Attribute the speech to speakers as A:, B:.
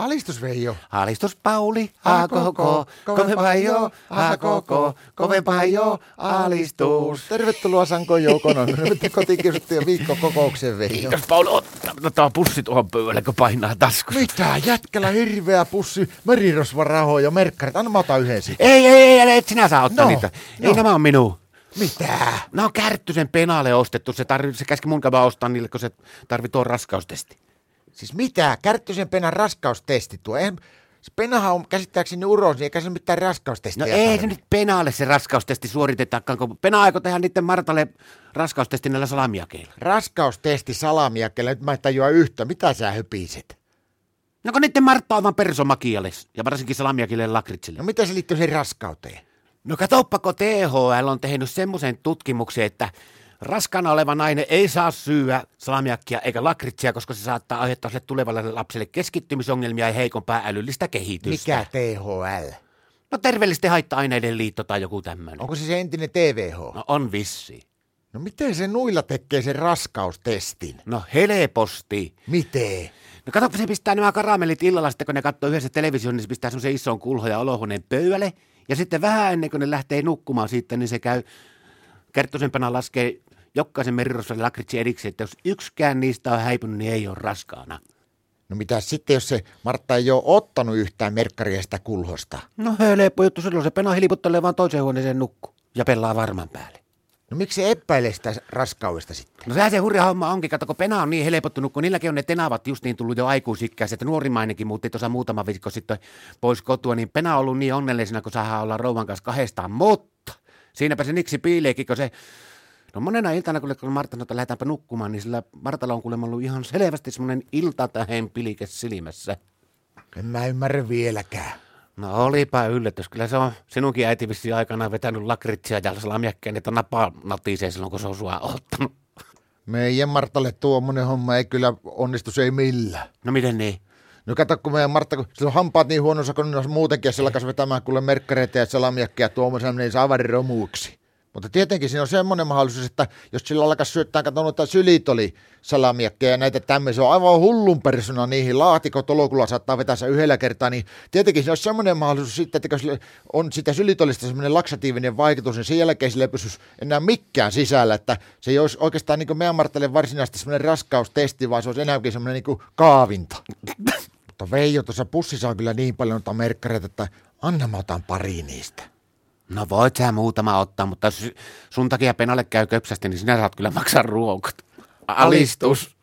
A: Alistus Veijo.
B: Alistus Pauli, a koko, kovempaa jo, a koko, kovempaa jo, alistus.
A: Tervetuloa Sanko Joukonon. Nyt kotikiusattujen viikkokokoukseen Veijo.
B: Kiitos Pauli, otta, otetaan pussi tuohon pöydälle, kun painaa taskusta.
A: Mitä? Jätkällä hirveä pussi, merirosvarahoja, merkkarit. Anna mä otan yhden siitä.
B: Ei, ei, ei, et sinä saa ottaa
A: No,
B: niitä.
A: no.
B: Ei nämä on minun.
A: Mitä?
B: Nämä on Kärttysen penalle ostettu. Se, tarvi, se käski mun kanssa ostaa niille, kun se tarvii tuon raskaustesti.
A: Siis mitä? Kärttysen penan raskaustesti tuo. En, se penahan on käsittääkseni uros, niin eikä se mitään raskaustestiä
B: No ei
A: tarvitse.
B: se nyt penalle se raskaustesti suoritetakaan, kun pena aikoo tehdä niiden Martalle raskaustesti näillä salamiakeilla.
A: Raskaustesti salamiakkeella. Nyt mä en tajua yhtä. Mitä sä höpiset?
B: No kun niiden Martta on vaan persomakialle ja varsinkin salamiakille ja lakritsille.
A: No mitä se liittyy siihen raskauteen?
B: No katsoppa, kun THL on tehnyt semmoisen tutkimuksen, että raskaana oleva nainen ei saa syyä salamiakkia eikä lakritsia, koska se saattaa aiheuttaa sille tulevalle lapselle keskittymisongelmia ja heikompaa älyllistä kehitystä.
A: Mikä THL?
B: No terveellisten haitta-aineiden liitto tai joku tämmöinen.
A: Onko se se entinen TVH?
B: No on vissi.
A: No miten se nuilla tekee sen raskaustestin?
B: No helposti.
A: Miten?
B: No katsoppa, se pistää nämä karamellit illalla sitten, kun ne katsoo yhdessä television, niin se pistää semmoisen ison kulhoja olohuoneen pöydälle. Ja sitten vähän ennen kuin ne lähtee nukkumaan siitä, niin se käy kerttoisempana laskee jokaisen merirosvalle lakritsi erikseen, että jos yksikään niistä on häipynyt, niin ei ole raskaana.
A: No mitä sitten, jos se Martta ei ole ottanut yhtään merkkaria sitä kulhosta?
B: No hölöpö juttu, silloin se pena hiliputtelee vaan toiseen huoneeseen nukku ja pelaa varman päälle.
A: No miksi se epäilee sitä raskaudesta sitten?
B: No sehän se hurja homma onkin, kato kun pena on niin helpottunut, kun niilläkin on ne tenavat just niin tullut jo aikuisikäiset, että nuorimainenkin muutti tuossa muutama viikko sitten pois kotua, niin pena on ollut niin onnellisena, kun saa olla rouvan kanssa kahdestaan, mutta siinäpä se niksi piileekin, kun se No monena iltana, kun- kun Martta sanoi, että lähdetäänpä nukkumaan, niin sillä Martalla on kuulemma ollut ihan selvästi semmoinen iltatähen pilike silmässä.
A: En mä ymmärrä vieläkään.
B: No olipa yllätys. Kyllä se on sinunkin äiti vissiin aikanaan vetänyt lakritsia ja salamiakkeen, että napaa natisee silloin, kun se on sua ottanut.
A: Meidän Martalle tuommoinen homma ei kyllä onnistu, se ei millään.
B: No miten niin?
A: No kato, kun meidän Martta, kun sillä on hampaat niin huonossa, kun ne on muutenkin, ja se lakas vetämään kuule merkkareita ja salamiakkia tuommoisen, niin saa romuuksi. Mutta tietenkin siinä on semmoinen mahdollisuus, että jos sillä alkaisi syöttää, kato noita sylitoli salamiakkeja ja näitä tämmöisiä, on aivan hullun persona niihin, laatikot tolokulla saattaa vetää se yhdellä kertaa, niin tietenkin siinä on semmoinen mahdollisuus sitten, että kun sillä on sitä sylitolista semmoinen laksatiivinen vaikutus, niin sen jälkeen sillä ei pysyisi enää mikään sisällä, että se ei olisi oikeastaan niin kuin meidän Marttalle varsinaisesti semmoinen raskaustesti, vaan se olisi enääkin semmoinen niin kuin kaavinta. Mutta Veijo, tuossa pussissa on kyllä niin paljon noita merkkareita, että anna mä otan pari niistä.
B: No voit sä muutama ottaa, mutta jos sun takia penalle käy köpsästi, niin sinä saat kyllä maksaa ruokat. Alistus.